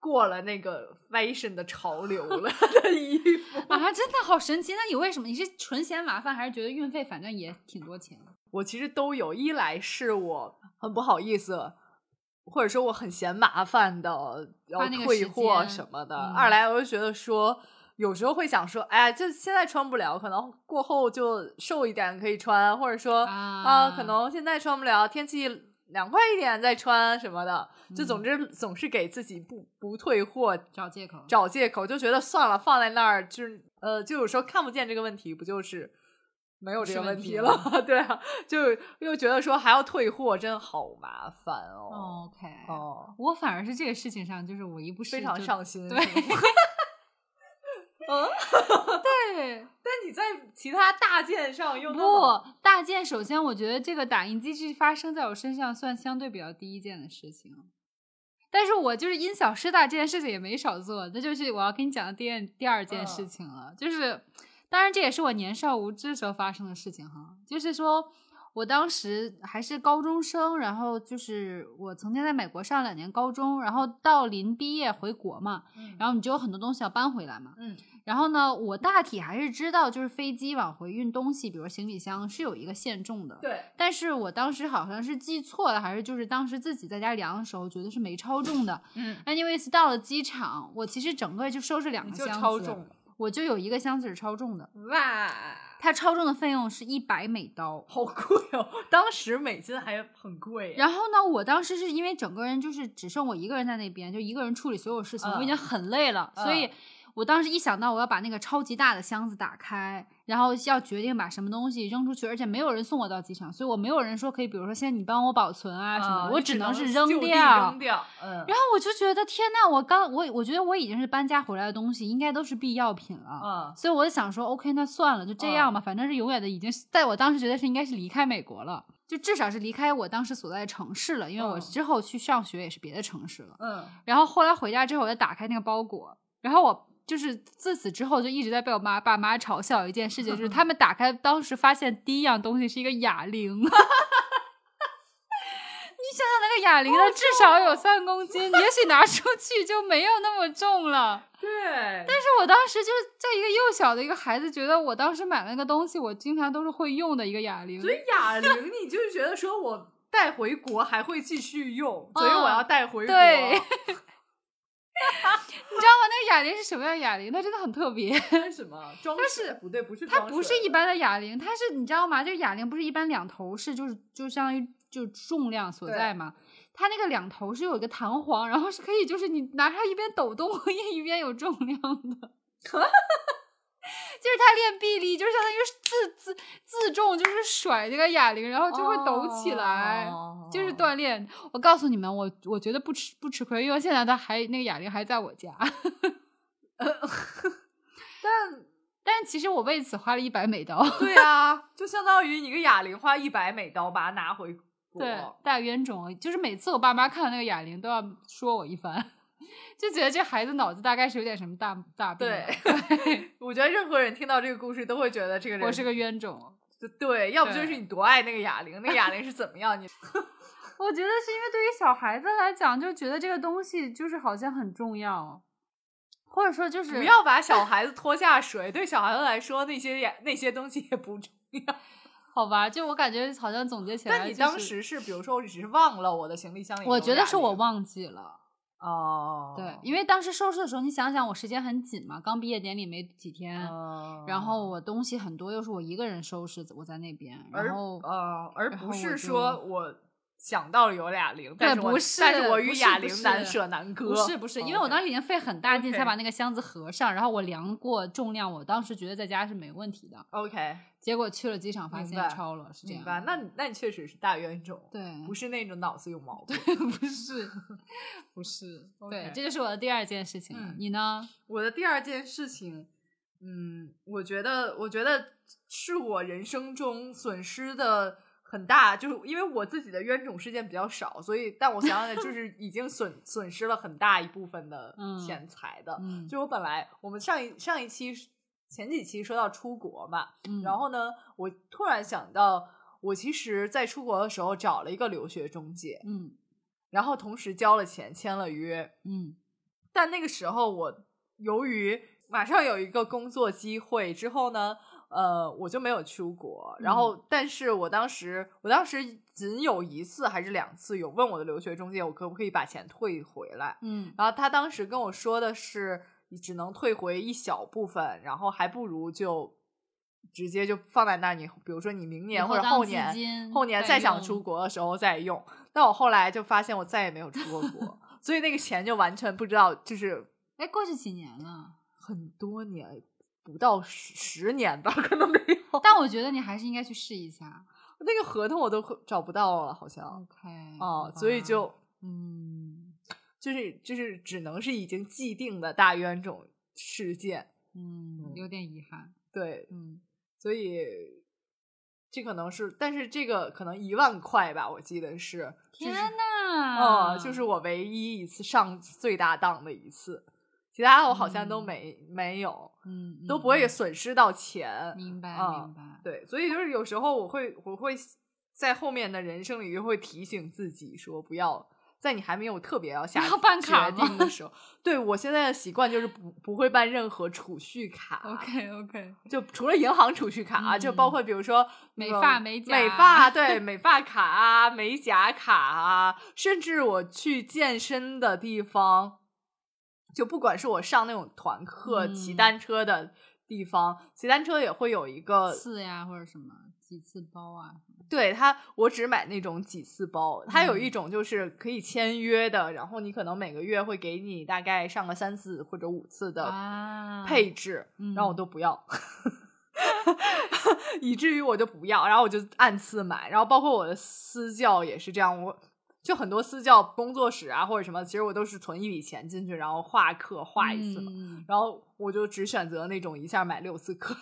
过了那个 fashion 的潮流 了的衣服。啊，真的好神奇！那你为什么？你是纯嫌麻烦，还是觉得运费反正也挺多钱？我其实都有，一来是我很不好意思或者说我很嫌麻烦的，要花那个退时货间什么的。嗯二来我就觉得说，有时候会想说，哎呀，这现在穿不了，可能过后就瘦一点可以穿，或者说啊啊可能现在穿不了，天气凉快一点再穿什么的。就嗯总之、总是给自己不不退货找借口。找借口，就觉得算了，放在那儿就是呃，就有时候看不见这个问题，不就是没有这是个问问题题吗了？ 对啊，就又觉得说还要退货，真好麻烦哦。 OK，、哦，我反而是这个事情上，就是我一不是非常就上心。对是吗 嗯，对。但你在其他大件上又那么不，大件首先我觉得这个打印机是发生在我身上算相对比较低一件的事情，但是我就是因小失大这件事情也没少做，这就是我要跟你讲的第二第二件事嗯情了，就是当然这也是我年少无知时候发生的事情哈，就是说。我当时还是高中生，然后就是我曾经在美国上两年高中，然后到临毕业回国嘛，嗯然后你就有很多东西要搬回来嘛，嗯然后呢，我大体还是知道，就是飞机往回运东西，比如行李箱是有一个限重的。对但是我当时好像是记错了，还是就是当时自己在家量的时候觉得是没超重的。嗯， Anyways，到了机场，我其实整个就收拾两你个就箱子，超重了我就有一个箱子是超重的，哇。它超重的费用是一百美刀。好贵哦！当时美金还很贵，然后呢，我当时是因为整个人就是只剩我一个人在那边，就一个人处理所有事情，我已嗯经很累了，所以嗯我当时一想到我要把那个超级大的箱子打开，然后要决定把什么东西扔出去，而且没有人送我到机场，所以我没有人说可以，比如说现在你帮我保存啊什么的，啊我你只能是扔扔掉，扔掉。嗯，然后我就觉得天呐，我刚我我觉得我已经是搬家回来的东西，应该都是必要品了。嗯所以我就想说，OK，那算了，就这样吧，反正是永远的，已经是在我当时觉得是应该是离开美国了，就至少是离开我当时所在的城市了，因为我嗯之后去上学也是别的城市了。嗯，然后后来回家之后，我就打开那个包裹，然后我就是自此之后就一直在被我妈爸妈嘲笑一件事情，就是他们打开当时发现第一样东西是一个哑铃。 你想想那个哑铃，它至少有三公斤，也许拿出去就没有那么重了。对，但是我当时就是在一个幼小的一个孩子，觉得我当时买了那个东西，我经常都是会用的一个哑铃。所以 哑铃，你就是觉得说我带回国还会继续用，所以我要带回嗯国。对你知道吗？那个哑铃是什么样的哑铃？它真的很特别，对，什么装它饰是不对，不是它装不饰是一般的哑铃，它是你知道吗？就是哑铃不是一般两头是就是就相当于就重量所在嘛。它那个两头是有一个弹簧，然后是可以就是你拿它一边抖动 一边有重量的。 就是它练臂力，就是相当于自自自重，就是甩这个哑铃，然后就会抖起来。哦就是锻炼。我告诉你们，我我觉得不吃不吃亏，因为现在它还那个哑铃还在我家，但 但是其实我为此花了一百美刀，对啊， 就相当于一个哑铃花一百美刀把它拿回国。对，大冤种。就是每次我爸妈看到那个哑铃都要说我一番， 就觉得这孩子脑子大概是有点什么大大病了。我觉得任何人听到这个故事都会觉得这个人我是个冤种。对，要不就对是你多爱那个哑铃，那个哑铃是怎么样？你 我觉得是因为对于小孩子来讲，就觉得这个东西就是好像很重要，或者说就是不要把小孩子拖下水。对小孩子来说，那些也那些东西也不重要。好吧？就我感觉好像总结起来、但你当。时是，比如说，我只是忘了我的行李箱里有啊我哑铃。觉得是我忘记了，哦，对，因为当时收拾的时候，你想想我时间很紧嘛，刚毕业典礼没几天，哦然后我东西很多，又是我一个人收拾，我在那边，而然后呃，而然不后我是就说我想到了有哑铃，但是我不是但是我与不是哑不铃是难舍难割。不是不是，因为我当时时已经费很大劲才哦 OK 把那个箱子合上，然后我量过重量，我当时觉得在家是没问题的， OK 结果去了机场发明现白超了，是这明样白，的。那你那你确实是大冤种，对，不是那种脑子有毛病。不 是不是，对 OK，这就是我的第二件事情了。嗯你呢？我的第二件事情，嗯，我觉得，我觉得是我人生中损失的很大，就是因为我自己的冤种事件比较少，所以，但我想想，就是已经损损失了很大一部分的 嗯钱财的。嗯，就我本来我们上一上一期前几期说到出国嘛，嗯然后呢，我突然想到，我其实在出国的时候找了一个留学中介，嗯然后同时交了钱，签了约，嗯但那个时候我由于马上有一个工作机会之后呢，呃，我就没有出国。然后，嗯但是我当时，我当时仅有一次还是两次有问我的留学中介，我可不可以把钱退回来？嗯然后他当时跟我说的是，你只能退回一小部分，然后还不如就直接就放在那儿。你比如说你明以年后或者当后资年金，后年嗯再再想用出国的时候再用。但我后来就发现我再也没有出过国， 所以那个钱就完全不知道，就是哎，过去几年了，很多年。不到十十年吧， 可能没有。但我觉得你还是应该去试一下。那个合同我都快找不到了，好像 OK，哦好，所以吧就嗯就是就是只能是已经既定的大冤种事件，嗯，有点遗憾。对，嗯，所以这可能是，但是这个可能一万块吧，我记得是，就天是呐，哦、就是我唯一一次上最大当的一次，其他我好像都嗯没、没有，嗯都不会嗯损失到钱，明白啊明白。对，所以就是有时候我会我会在后面的人生里就会提醒自己说，不要在你还没有特别 要下要办卡决吗定的时候，对我现在的习惯就是不不会办任何储蓄卡 OK OK，就除了银行储蓄卡、啊，就包嗯括比如说那美个发美美甲 发对美发卡啊、美甲卡啊，甚至我去健身的地方，就不管是我上那种团课、骑嗯单车的地方，骑单车也会有一个次呀或者什么几次包啊，对它，我只买那种几次包，它有一嗯种就是可以签约的，然后你可能每个月会给你大概上个三次或者五次的啊，配置，嗯然后我都不要， 以至于我就不要，然后我就按次买，然后包括我的私教也是这样，我就很多私教工作室啊或者什么，其实我都是存一笔钱进去，然后画课画一次嘛，嗯然后我就只选择那种一下买六次 课，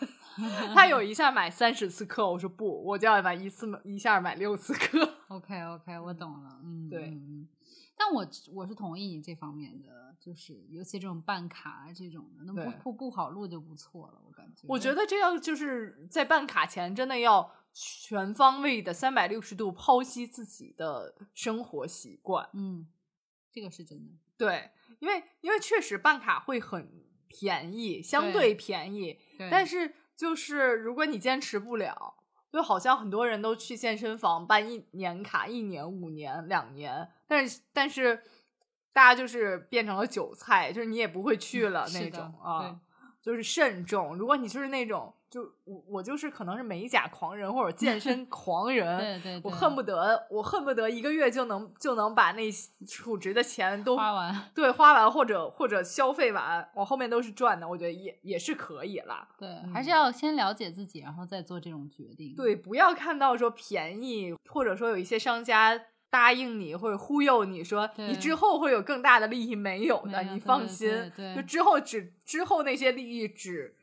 他有一下买三十次课，我说不，我就要买一次一下买六次课。 OK OK，我懂了，嗯，对嗯嗯但我我是同意你这方面的，就是尤其这种办卡啊这种的，那对不不不好录就不错了，我感觉。我觉得这样就是在办卡前真的要全方位的三百六十度剖析自己的生活习惯，嗯，这个是真的。对，因为因为确实办卡会很便宜，相对对便宜，对，但是就是如果你坚持不了，就好像很多人都去健身房办一年卡，一年、五年、两年，但是但是大家就是变成了韭菜，就是你也不会去了那嗯是的种啊，就是慎重。如果你就是那种，就我我就是可能是美甲狂人或者 健身狂对人，对对，我恨不得我恨不得一个月就能就能把那储值的钱都花完，对花完或者或者消费完，我后面都是赚的，我觉得也也是可以啦。对，嗯还是要先了解自己，然后再做这种决定。对，不要看到说便宜，或者说有一些商家答应你或者忽悠你说你对之后会有更大的利益，没有的，没有对你放对心。对对就之后只之后那些利益只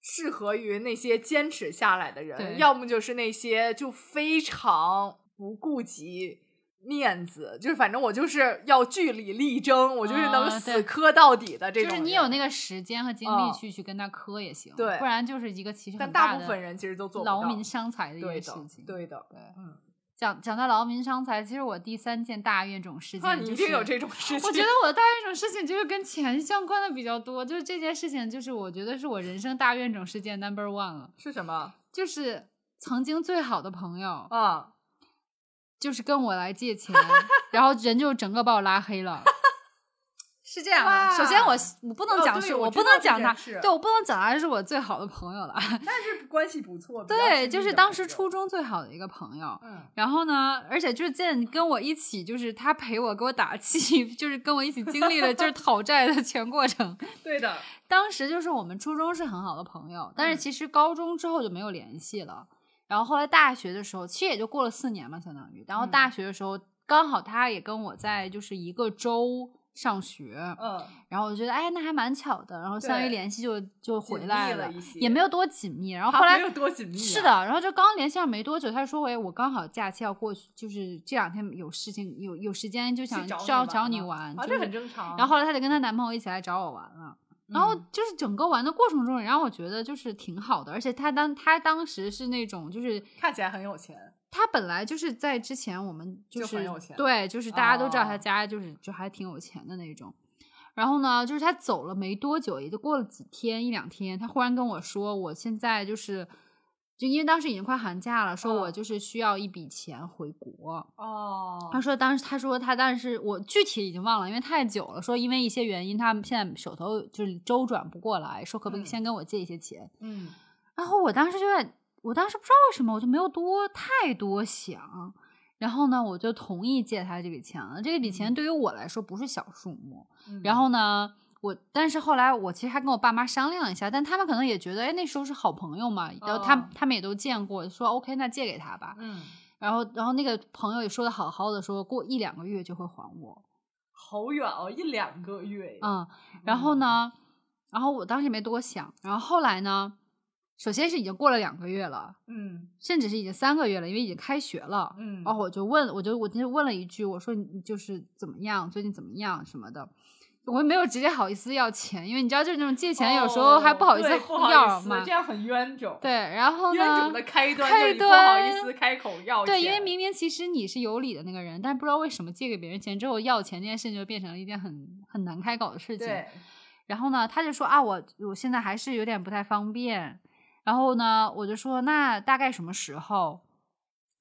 适合于那些坚持下来的人，对要么就是那些就非常不顾及。面子就是，反正我就是要据理力争，我就是能啊死对磕到底的这种就人。是你有那个时间和精嗯力去去跟他磕也行，对不然就是一个其实但很大的部分人其实都做不到。劳民伤财的一对个的事，情。对的。对嗯，讲讲到劳民伤财，其实我第三件大怨种 事情、就那是，啊你一定有这种事情。我觉得我的大怨种事情就是跟钱相关的比较多，就是这件事情，就是我觉得是我人生大怨种事件 number one 了， 是什么就是曾经最好的朋友，啊？就是跟我来借钱，然后人就整个把我拉黑了。 是这样哇的，首先我我不哦能讲对是，我我知不道能这讲件他，事对我不能讲他是我最好的朋 友了。但是关系不错，比较亲对，密就是的当朋时友初中最好的一个朋友，嗯然后呢，而且就是见跟我一起，就是他陪我给我打气， 就是跟我一起经历了就是讨债的全过程。 对的，当时就是我们初中是很好的朋友，嗯但是其实高中之后就没有联系了。然后后来大学的时候，其实也就过了四年嘛，相当于。然后嗯大学的时候，刚好他也跟我在就是一个州上学，嗯，然后我觉得哎，那还蛮巧的。然后相当对于联系就就回紧来密了了一些也没有多紧密。然后他后来没有多紧密、啊是，的，然后就刚联系上没多久，他就说：“喂，我刚好假期要过去，就是这两天有事情，有有时间就想去找就要你找玩你了玩。啊，就这是很正常。然后后来她就跟她男朋友一起来找我玩了。然后嗯就是整个玩的过程中，也让我觉得就是挺好的，而且她当她当时是那种就是看起来很有钱，她本来就是在之前我们就就是很有钱对，就是大家都知道哦她家就是就还挺有钱的那种。然后呢，就是他走了没多久，也就过了几天一两天，他忽然跟我说，我现在就是，就因为当时已经快寒假了，说嗯我就是需要一笔钱回国。哦他说当时他说他当时我具体已经忘了，因为太久了，说因为一些原因，他们现在手头就是周转不过来，说可不可以嗯先跟我借一些钱。嗯然后我当时就在，我当时不知道为什么，我就没有多太多想。然后呢，我就同意借他这笔钱了。这笔钱对于我来说不是小数目。嗯然后呢，我但是后来我其实还跟我爸妈商量一下，但他们可能也觉得，哎，那时候是好朋友嘛，然后他哦他们也都见过，说 OK，那借给他吧。嗯，然后然后那个朋友也说的好好的说，过一两个月就会还我。好远哦，一两个月呀，嗯，然后呢，然后我当时也没多想。然后后来呢，首先是已经过了两个月了。嗯甚至是已经三个月了，因为已经开学了。嗯然后我就问，我就我就问了一句，我说你就是怎么样，最近怎么样什么的。我没有直接好意思要钱，因为你知道，就是那种借钱有时候还不好意思哦对不好要意思嘛。这样很冤种。对，然后冤种呢的？开端开就是你不好意端思开口要对，因为钱明明其实你是有理的那个人，但是不知道为什么借给别人钱之后要钱这件事情就变成了一件很很难开口的事情。对，然后呢，他就说啊，我我现在还是有点不太方便。然后呢，我就说那大概什么时候？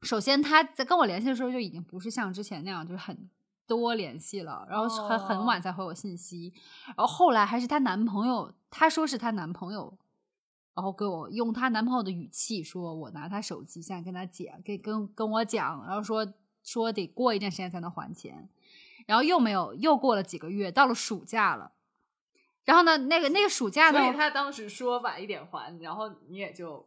首先他在跟我联系的时候就已经不是像之前那样就是很多联系了，然后很很晚才回我信息。然后后来还是她男朋友，她说是她男朋友。然后给我用她男朋友的语气说，我拿她手机现在跟她姐跟跟跟我讲，然后说说得过一段时间才能还钱，然后又没有，又过了几个月，到了暑假了，然后呢，那个那个暑假呢所，以他当时说晚一点还，然后你也就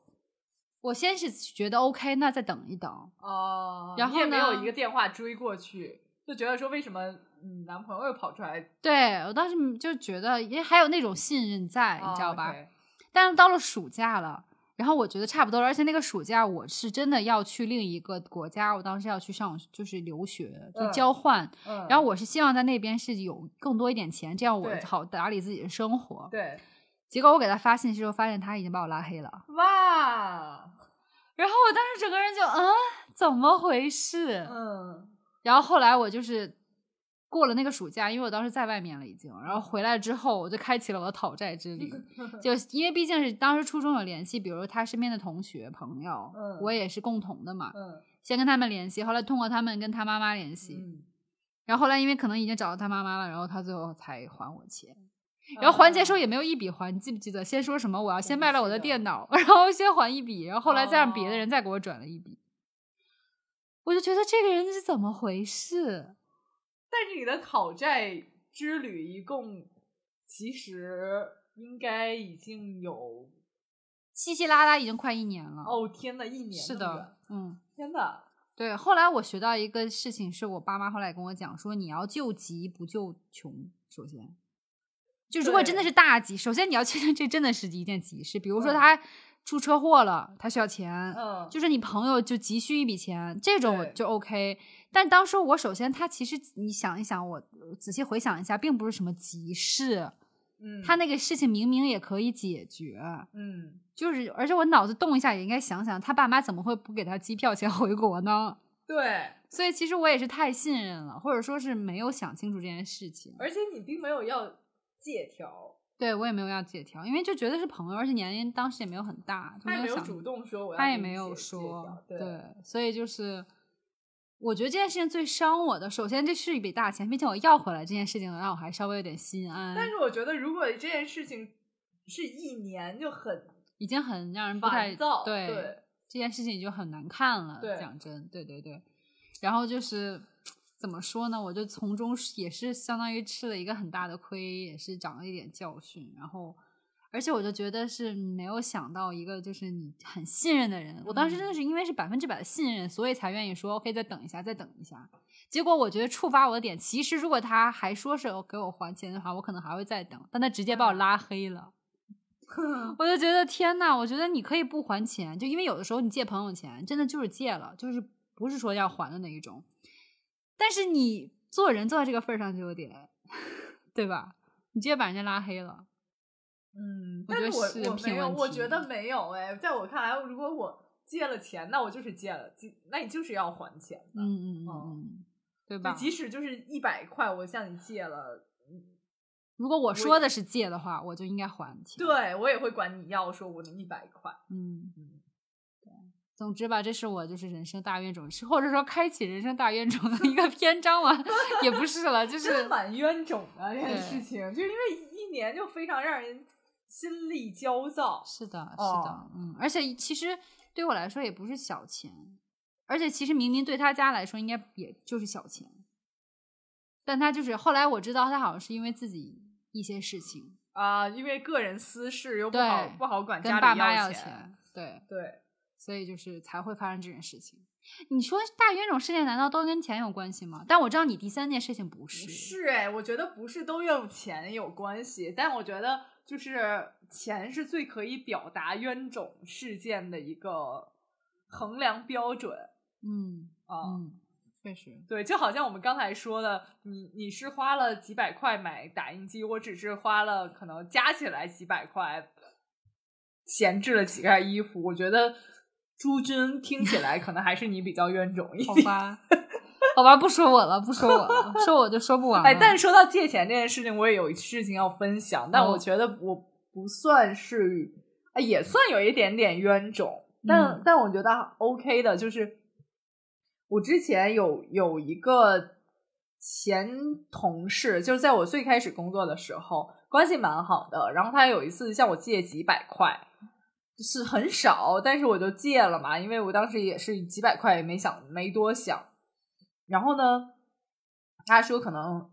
我先是觉得 OK，那再等一等，哦，然你后也没有呢一个电话追过去，就觉得说为什么你男朋友又跑出来，你对我当时嗯就觉得，因为还有那种信任在，哦你知道吧？对但是到了暑假了，然后我觉得差不多了，而且那个暑假我是真的要去另一个国家，我当时要去上就是留学，就嗯交换，嗯，然后我是希望在那边是有更多一点钱，这样我对好打理自己的生活。对，结果我给他发信息之后，发现他已经把我拉黑了，哇，然后我当时整个人就嗯，怎么回事？嗯然后后来我就是过了那个暑假，因为我当时在外面了已经，然后回来之后我就开启了我的讨债之 旅，就因为毕竟是当时初中有联系，比如他身边的同学朋友，嗯我也是共同的嘛，嗯先跟他们联系，后来通过他们跟他妈妈联系，嗯，然后后来因为可能已经找到他妈妈了，然后他最后才还我钱。然后还钱时候也没有一笔还，你记不记得？先说什嗯么我要先卖了我的记得电脑， 然后先还一笔，然后后来再让别的哦人再给我转了一笔。我就觉得这个人是怎么回事？但是你的讨债之旅一共其实应该已经有稀稀拉拉已经快一年了。，哦天呐，一年是那么远的，嗯，天呐，对。后来我学到一个事情，是我爸妈后来跟我讲说，你要救急不救穷。首先，就如果真的对是大急，首先你要确定这真的是一件急事，比如说嗯他出车祸了，他需要钱，嗯，就是你朋友就急需一笔钱，这种我对就 OK。但当时我首先他其实你想一想，我我仔细回想一下，并不是什么急事，嗯他那个事情明明也可以解决。嗯，就是，而且我脑子动一下也应该想想，他爸妈怎么会不给他机票钱回国呢？对，所以其实我也是太信任了，或者说是没有想清楚这件事情。而且你并没有要借条，对我也没有要借条，因为就觉得是朋友，而且年龄当时也没有很大，就他也没没有有想主动说我要他也给你没有借借说条，对，所以就是，我觉得这件事情最伤我的，首先这是一笔大钱，并且我要回来这件事情让我还稍微有点心安，但是我觉得如果这件事情是一年就很已经很让人不太烦躁，对对这件事情就很难看了。对讲真，对对对。然后就是怎么说呢？我就从中是也是相当于吃了一个很大的亏，也是长了一点教训。然后，而且我就觉得是没有想到一个就是你很信任的人，我当时真的是因为是百分之百的信任，所以才愿意说 OK，再等一下，再等一下。结果我觉得触发我的点，其实如果他还说是给我还钱的话，我可能还会再等，但他直接把我嗯拉黑了。 我就觉得天呐，我觉得你可以不还钱，就因为有的时候你借朋友钱，真的就是借了，就是不是说要还的那一种。但是你做人做到这个份儿上就有点， 对吧？你直接把人家拉黑了，嗯，我但觉是得我是我人没品有，问我题觉得没有哎，在我看来，如果我借了钱，那我就是借了，即那你就是要还钱的，嗯嗯嗯哦嗯，对就吧？即使就是一百块，我向你借了，嗯如果我说的是借的话，我就应该还钱。对我也会管你要，说我那一百块。嗯，对。总之吧，这是我就是人生大冤种， 或者说开启人生大冤种的一个篇章嘛， 也不是了，就真是 蛮冤种的这对件事情，就是因为一年就非常让人心力焦躁。是的，是的，哦嗯，而且其实对我来说也不是小钱，而且其实明明对他家来说应该也就是小钱，但他就是后来我知道他好像是因为自己一些事情啊、因为个人私事又不好对不好管跟嗯家爸里妈要钱，对，对，所以就是才会发生这件事情。你说大冤种事件难道都跟钱有关系吗？但我知道你第三件事情不是，不是哎，我觉得不是都用钱有关系，但我觉得就是钱是最可以表达冤种事件的一个衡量标准嗯啊。嗯，确 实，对，就好像我们刚才说的，你你是花了几百块买打印机，我只是花了可能加起来几百块，闲置了几件衣服。我觉得朱军听起来可能还是你比较冤种一好点。吧，好吧，不说我了，不说我了，说我就说不完了。哎，但是说到借钱这件事情，我也有事情要分享，但我觉得我不算是，哎，也算有一点点冤种，但、嗯但我觉得 OK 的，就是我之前有有一个前同事，就是在我最开始工作的时候，关系蛮好的，然后他有一次向我借几百块。就是很少，但是我就借了嘛，因为我当时也是几百块，也没想没多想。然后呢，他说可能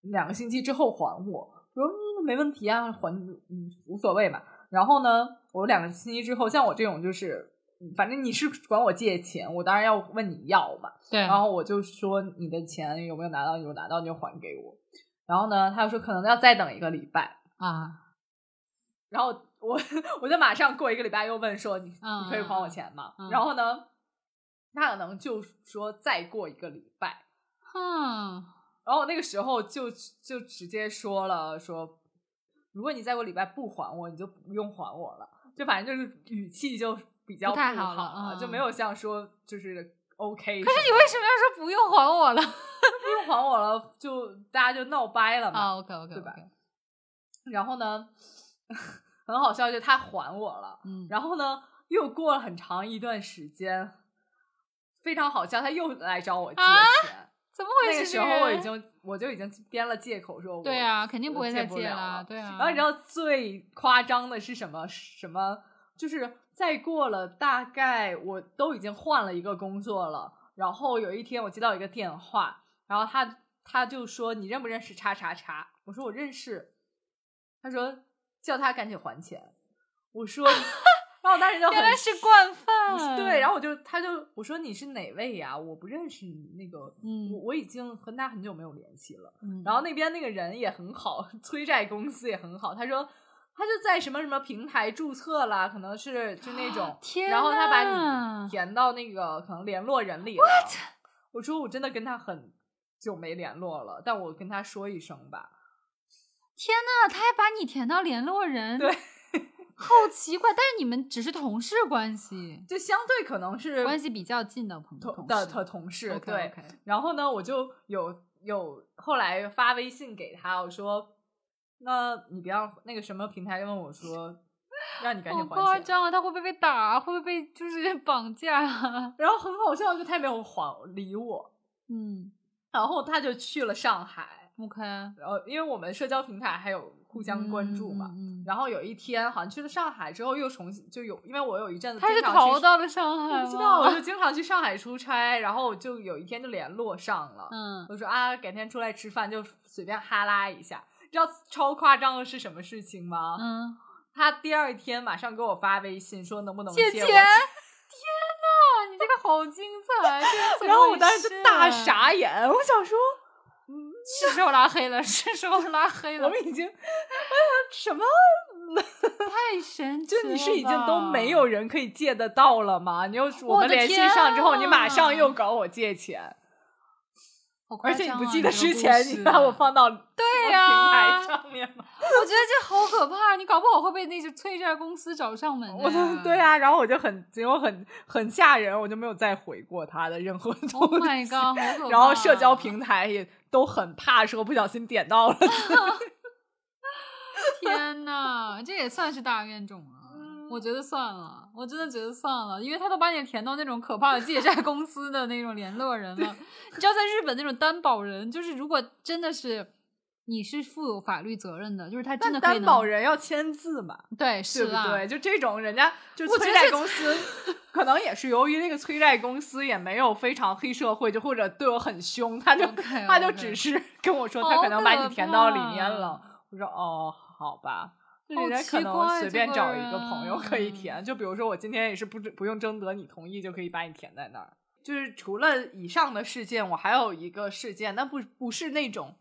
两个星期之后还我，我说、嗯、没问题啊，还嗯无所谓嘛。然后呢，我两个星期之后，像我这种就是，嗯反正你是管我借钱，我当然要问你要嘛。对，然后我就说你的钱有没有拿到？有拿到你就还给我。然后呢，他又说可能要再等一个礼拜。啊，然后我 我就马上过一个礼拜又问说你、嗯你可以还我钱吗？嗯然后呢，他可能就说再过一个礼拜。哼。然后我那个时候就就直接说了说，如果你再过礼拜不还我，你就不用还我了。就反正就是语气就比较不太好好了就嗯没有像说就是 OK 什么的。可是你为什么要说不用还我了？不用还我了，就大家就闹掰了嘛。啊，OK OK， 对吧然后呢， 很好笑，就是他还我了。嗯，然后呢，又过了很长一段时间，非常好笑，他又来找我借啊钱。怎么那会个是时这候我已人经我就已经编了借口说我，对啊，肯定我不会戒再不借了啦了对啊。然后你知道最夸张的是什么？什么？就是再过了大概我都已经换了一个工作了，然后有一天我接到一个电话，然后他他就说你认不认识叉叉叉？我说我认识。他说叫他赶紧还钱。我说，然后我当时就很原来是惯不是犯，对，然后我就他就我说你是哪位呀？我不认识你那个，嗯我我已经和他很久没有联系了。嗯，然后那边那个人也很好， 催债公司也很好，他说。他就在什么什么平台注册了，可能是就那种天然后他把呐你填到那个可能联络人里了。我说我真的跟他很久没联络了，但我跟他说一声吧。天呐，他还把你填到联络人，对，好奇怪。但是你们只是同事关 系，就相对可能是关系比较近的朋同同的事的同事 OK，对 OK 然后呢，我就有有后来发微信给他，我说：“那你别让那个什么平台问我说，让你赶好紧夸还钱。张啊！他会不会被打？会不会被就是 绑架啊？” 然后很好笑，就他也没有还理我，嗯然后他就去了上海。 ，OK，然后因为我们社交平台还有互相关注嘛，嗯嗯嗯然后有一天好像去了上海之后又重新就有，因为我有一阵子他是经常去逃到了上海吗，我不知道，我就经常去上海出差，然后我就有一天就联络上了。嗯我说啊，改天出来吃饭就随便哈拉一下。知道超夸张的是什么事情吗？嗯，他第二天马上给我发微信说能不能借我钱！天呐，你这个好精彩！ 这然后我当时就 大，傻眼，我想说是时候拉黑了，是时候拉黑我了，们 已经，哎呀，什么？太神奇就了！你是已经都没有，人可以借得到了吗？你又我啊我们的联系天上之后，你马上啊又搞我借钱， 好夸而且张你啊不记得这个之故前事啊你把我放到对平呀、台上面吗？我觉得这好可怕，你搞不好会被那些催债公司找上门的我呀。就对啊，然后我就很结果很很吓人，我就没有再回过他的任何东西。 ，Oh my god，好可怕！啊然后社交平台也都很怕，说不小心点到了，天呐，这也算是大怨种了。嗯我觉得算了，我真的觉得算了，因为他都把你填到那种可怕的借债公司的那种联络人了。你知道，在日本那种担保人，就是如果真的是你是负有法律责任的，就是他真但的可以 担保能人要签字嘛，对对是不啊，对？就这种人家就我觉催得债这 公司，可能也是由于那个催债公司也没有非常黑社会，就或者对我很凶，他就 OK，他就 OK 只是跟我说好他可能把哦可你填到里怕面了。我说哦，好吧。好那人家可奇能怪随这便个找一个朋友人嗯可以填，就比如说我今天也是不不用征得你同意就可以把你填在那儿。就是除了以上的事件，我还有一个事件，但不不是那种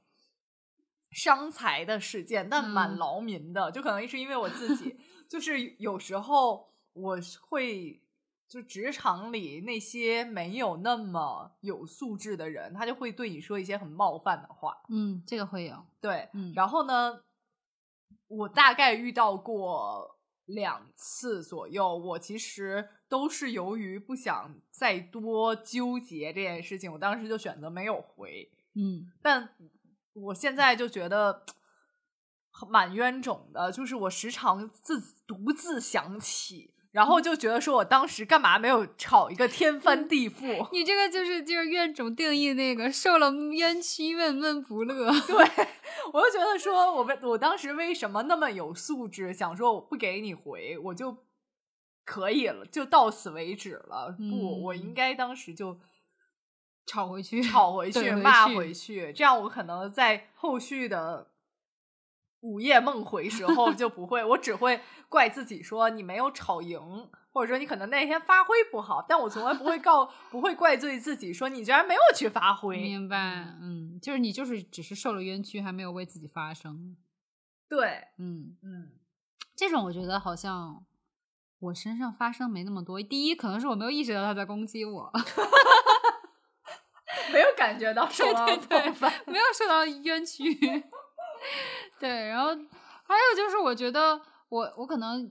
伤财的事件，但蛮嗯劳民的。就可能是因为我自己，就是有时候我是会就职场里那些没有那么有素质的人，他就会对你说一些很冒犯的话。嗯，这个会有，对，嗯，然后呢，我大概遇到过两次左右，我其实都是由于不想再多纠结这件事情，我当时就选择没有回。嗯但我现在就觉得蛮冤种的，就是我时常自独自想起，然后就觉得说我当时干嘛没有吵一个天翻地覆。你这个就是就是怨种定义那个受了冤屈闷闷不乐，我就觉得说，我们我当时为什么那么有素质，想说我不给你回，我就可以了，就到此为止了。不，我应嗯该当时就 吵回去，吵回怼去，回骂去回去，这样我可能在后续的午夜梦回时候就不会，我只会怪自己说你没有吵赢，或者说你可能那天发挥不好，但我从来不会告，不会怪罪自己说你居然没有去发挥。明白，嗯，就是你就是只是受了冤屈，还没有为自己发声，对，嗯，嗯。这种我觉得好像我身上发生没那么多。第一，可能是我没有意识到他在攻击我， 没有感觉到什么对对冒犯没有受到冤屈。 对，然后还有就是，我觉得我我可能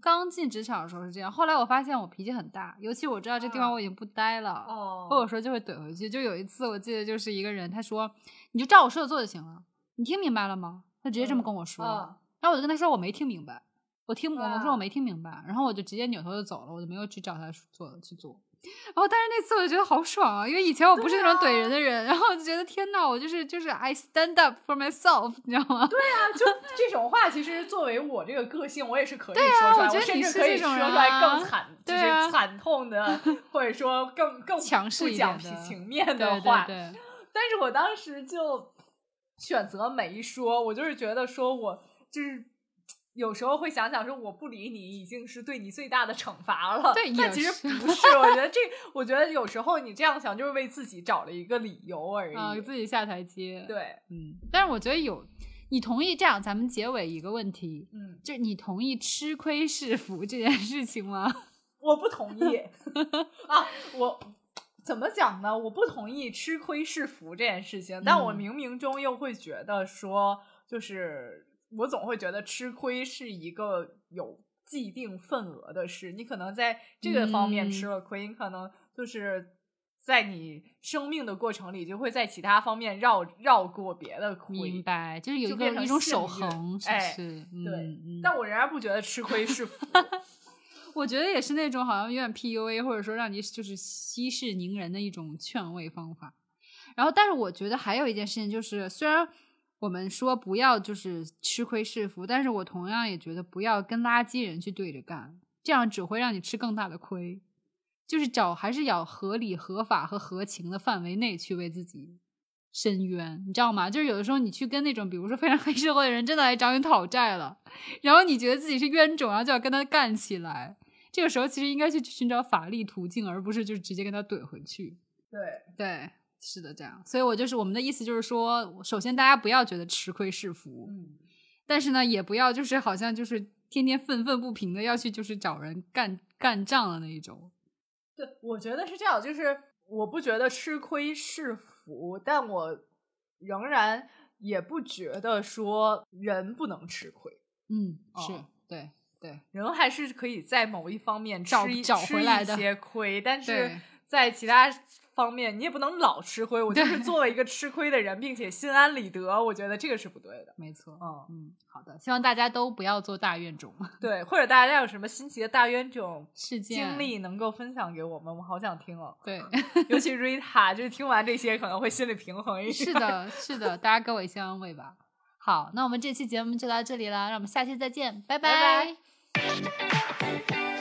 刚进职场的时候是这样，后来我发现我脾气很大，尤其我知道这地方我已经不待了，嗯哦或者说就会怼回去。就有一次，我记得就是一个人，他说：“你就照我说的做就行了，你听明白了吗？”他直接这么跟我说，嗯然后我就跟他说我没听明白，我听我我说哇我没听明白，然后我就直接扭头就走了，我就没有去找他做去做。然后但是那次我就觉得好爽啊，因为以前我不是那种怼人的啊人，然后我就觉得天呐，我就是就是 I stand up for myself，你知道吗？对啊， 就这种话，其实作为我这个个性，我也是可以说啊出来，我觉得甚你至是可这以说种出人来更啊惨，对就啊是惨 痛的，或者说更更强势不一讲点皮的情面 的对话。对对，但是我当时就选择没说，我就是觉得说我就是。有时候会想想说，我不理你已经是对你最大的惩罚了。对但也其实是不是。我觉得这，我觉得有时候你这样想，就是为自己找了一个理由而 已。啊、自己下台阶。，对，嗯，但是我觉得有，你同意这样，咱们结尾一个问题，嗯，就是你同意吃亏是福这件事情吗？我不同意 啊！我怎么讲呢？我不同意吃亏是福这件事情，但我嗯冥冥中又会觉得说，就是我总会觉得吃亏是一个有既定份额的事。你可能在这个方面吃嗯了亏，你可能就是。在你生命的过程里，就会在其他方面绕绕过别的亏。明白，就是有就一变个成一种幸守运恒，是不哎是？对嗯、嗯但我仍然不觉得吃亏是福。 我觉得也是那种好像有点 PUA，或者说让你就是息事宁人的一种劝慰方法。然后，但是我觉得还有一件事情就是，虽然我们说不要就是吃亏是福，但是我同样也觉得不要跟垃圾人去对着干，这样只会让你吃更大的亏。就是找还是要合理、合法和合情的范围内去为自己申冤，你知道吗？就是有的时候你去跟那种比如说非常黑社会的人真的来找你讨债了，然后你觉得自己是冤种，然后就要跟他干起来。这个时候其实应该去寻找法律途径，而不是就是直接跟他怼回去。对，对，是的，这样。所以我就是我们的意思就是说，首先大家不要觉得吃亏是福，嗯，但是呢，也不要就是好像就是天天愤愤不平的要去就是找人干干仗的那一种。对，我觉得是这样，就是我不觉得吃亏是福，但我仍然也不觉得说人不能吃亏，嗯，哦是对对人还是可以在某一方面找吃一找吃回来一的些亏，但是对在其他方面你也不能老吃亏。我就是作为一个吃亏的人，并且心安理得，我觉得这个是不对的。没错，嗯，嗯，好的，希望大家都不要做大怨种对，或者大家有什么新奇的大冤种事件经，历能够分享给我们，我好想听哦。对，尤其 Rita，就是听完这些可能会心里平衡一点。是，的，是的，大家给我一些安慰吧。好，那我们这期节目就到这里了，让我们下期再见，拜拜拜拜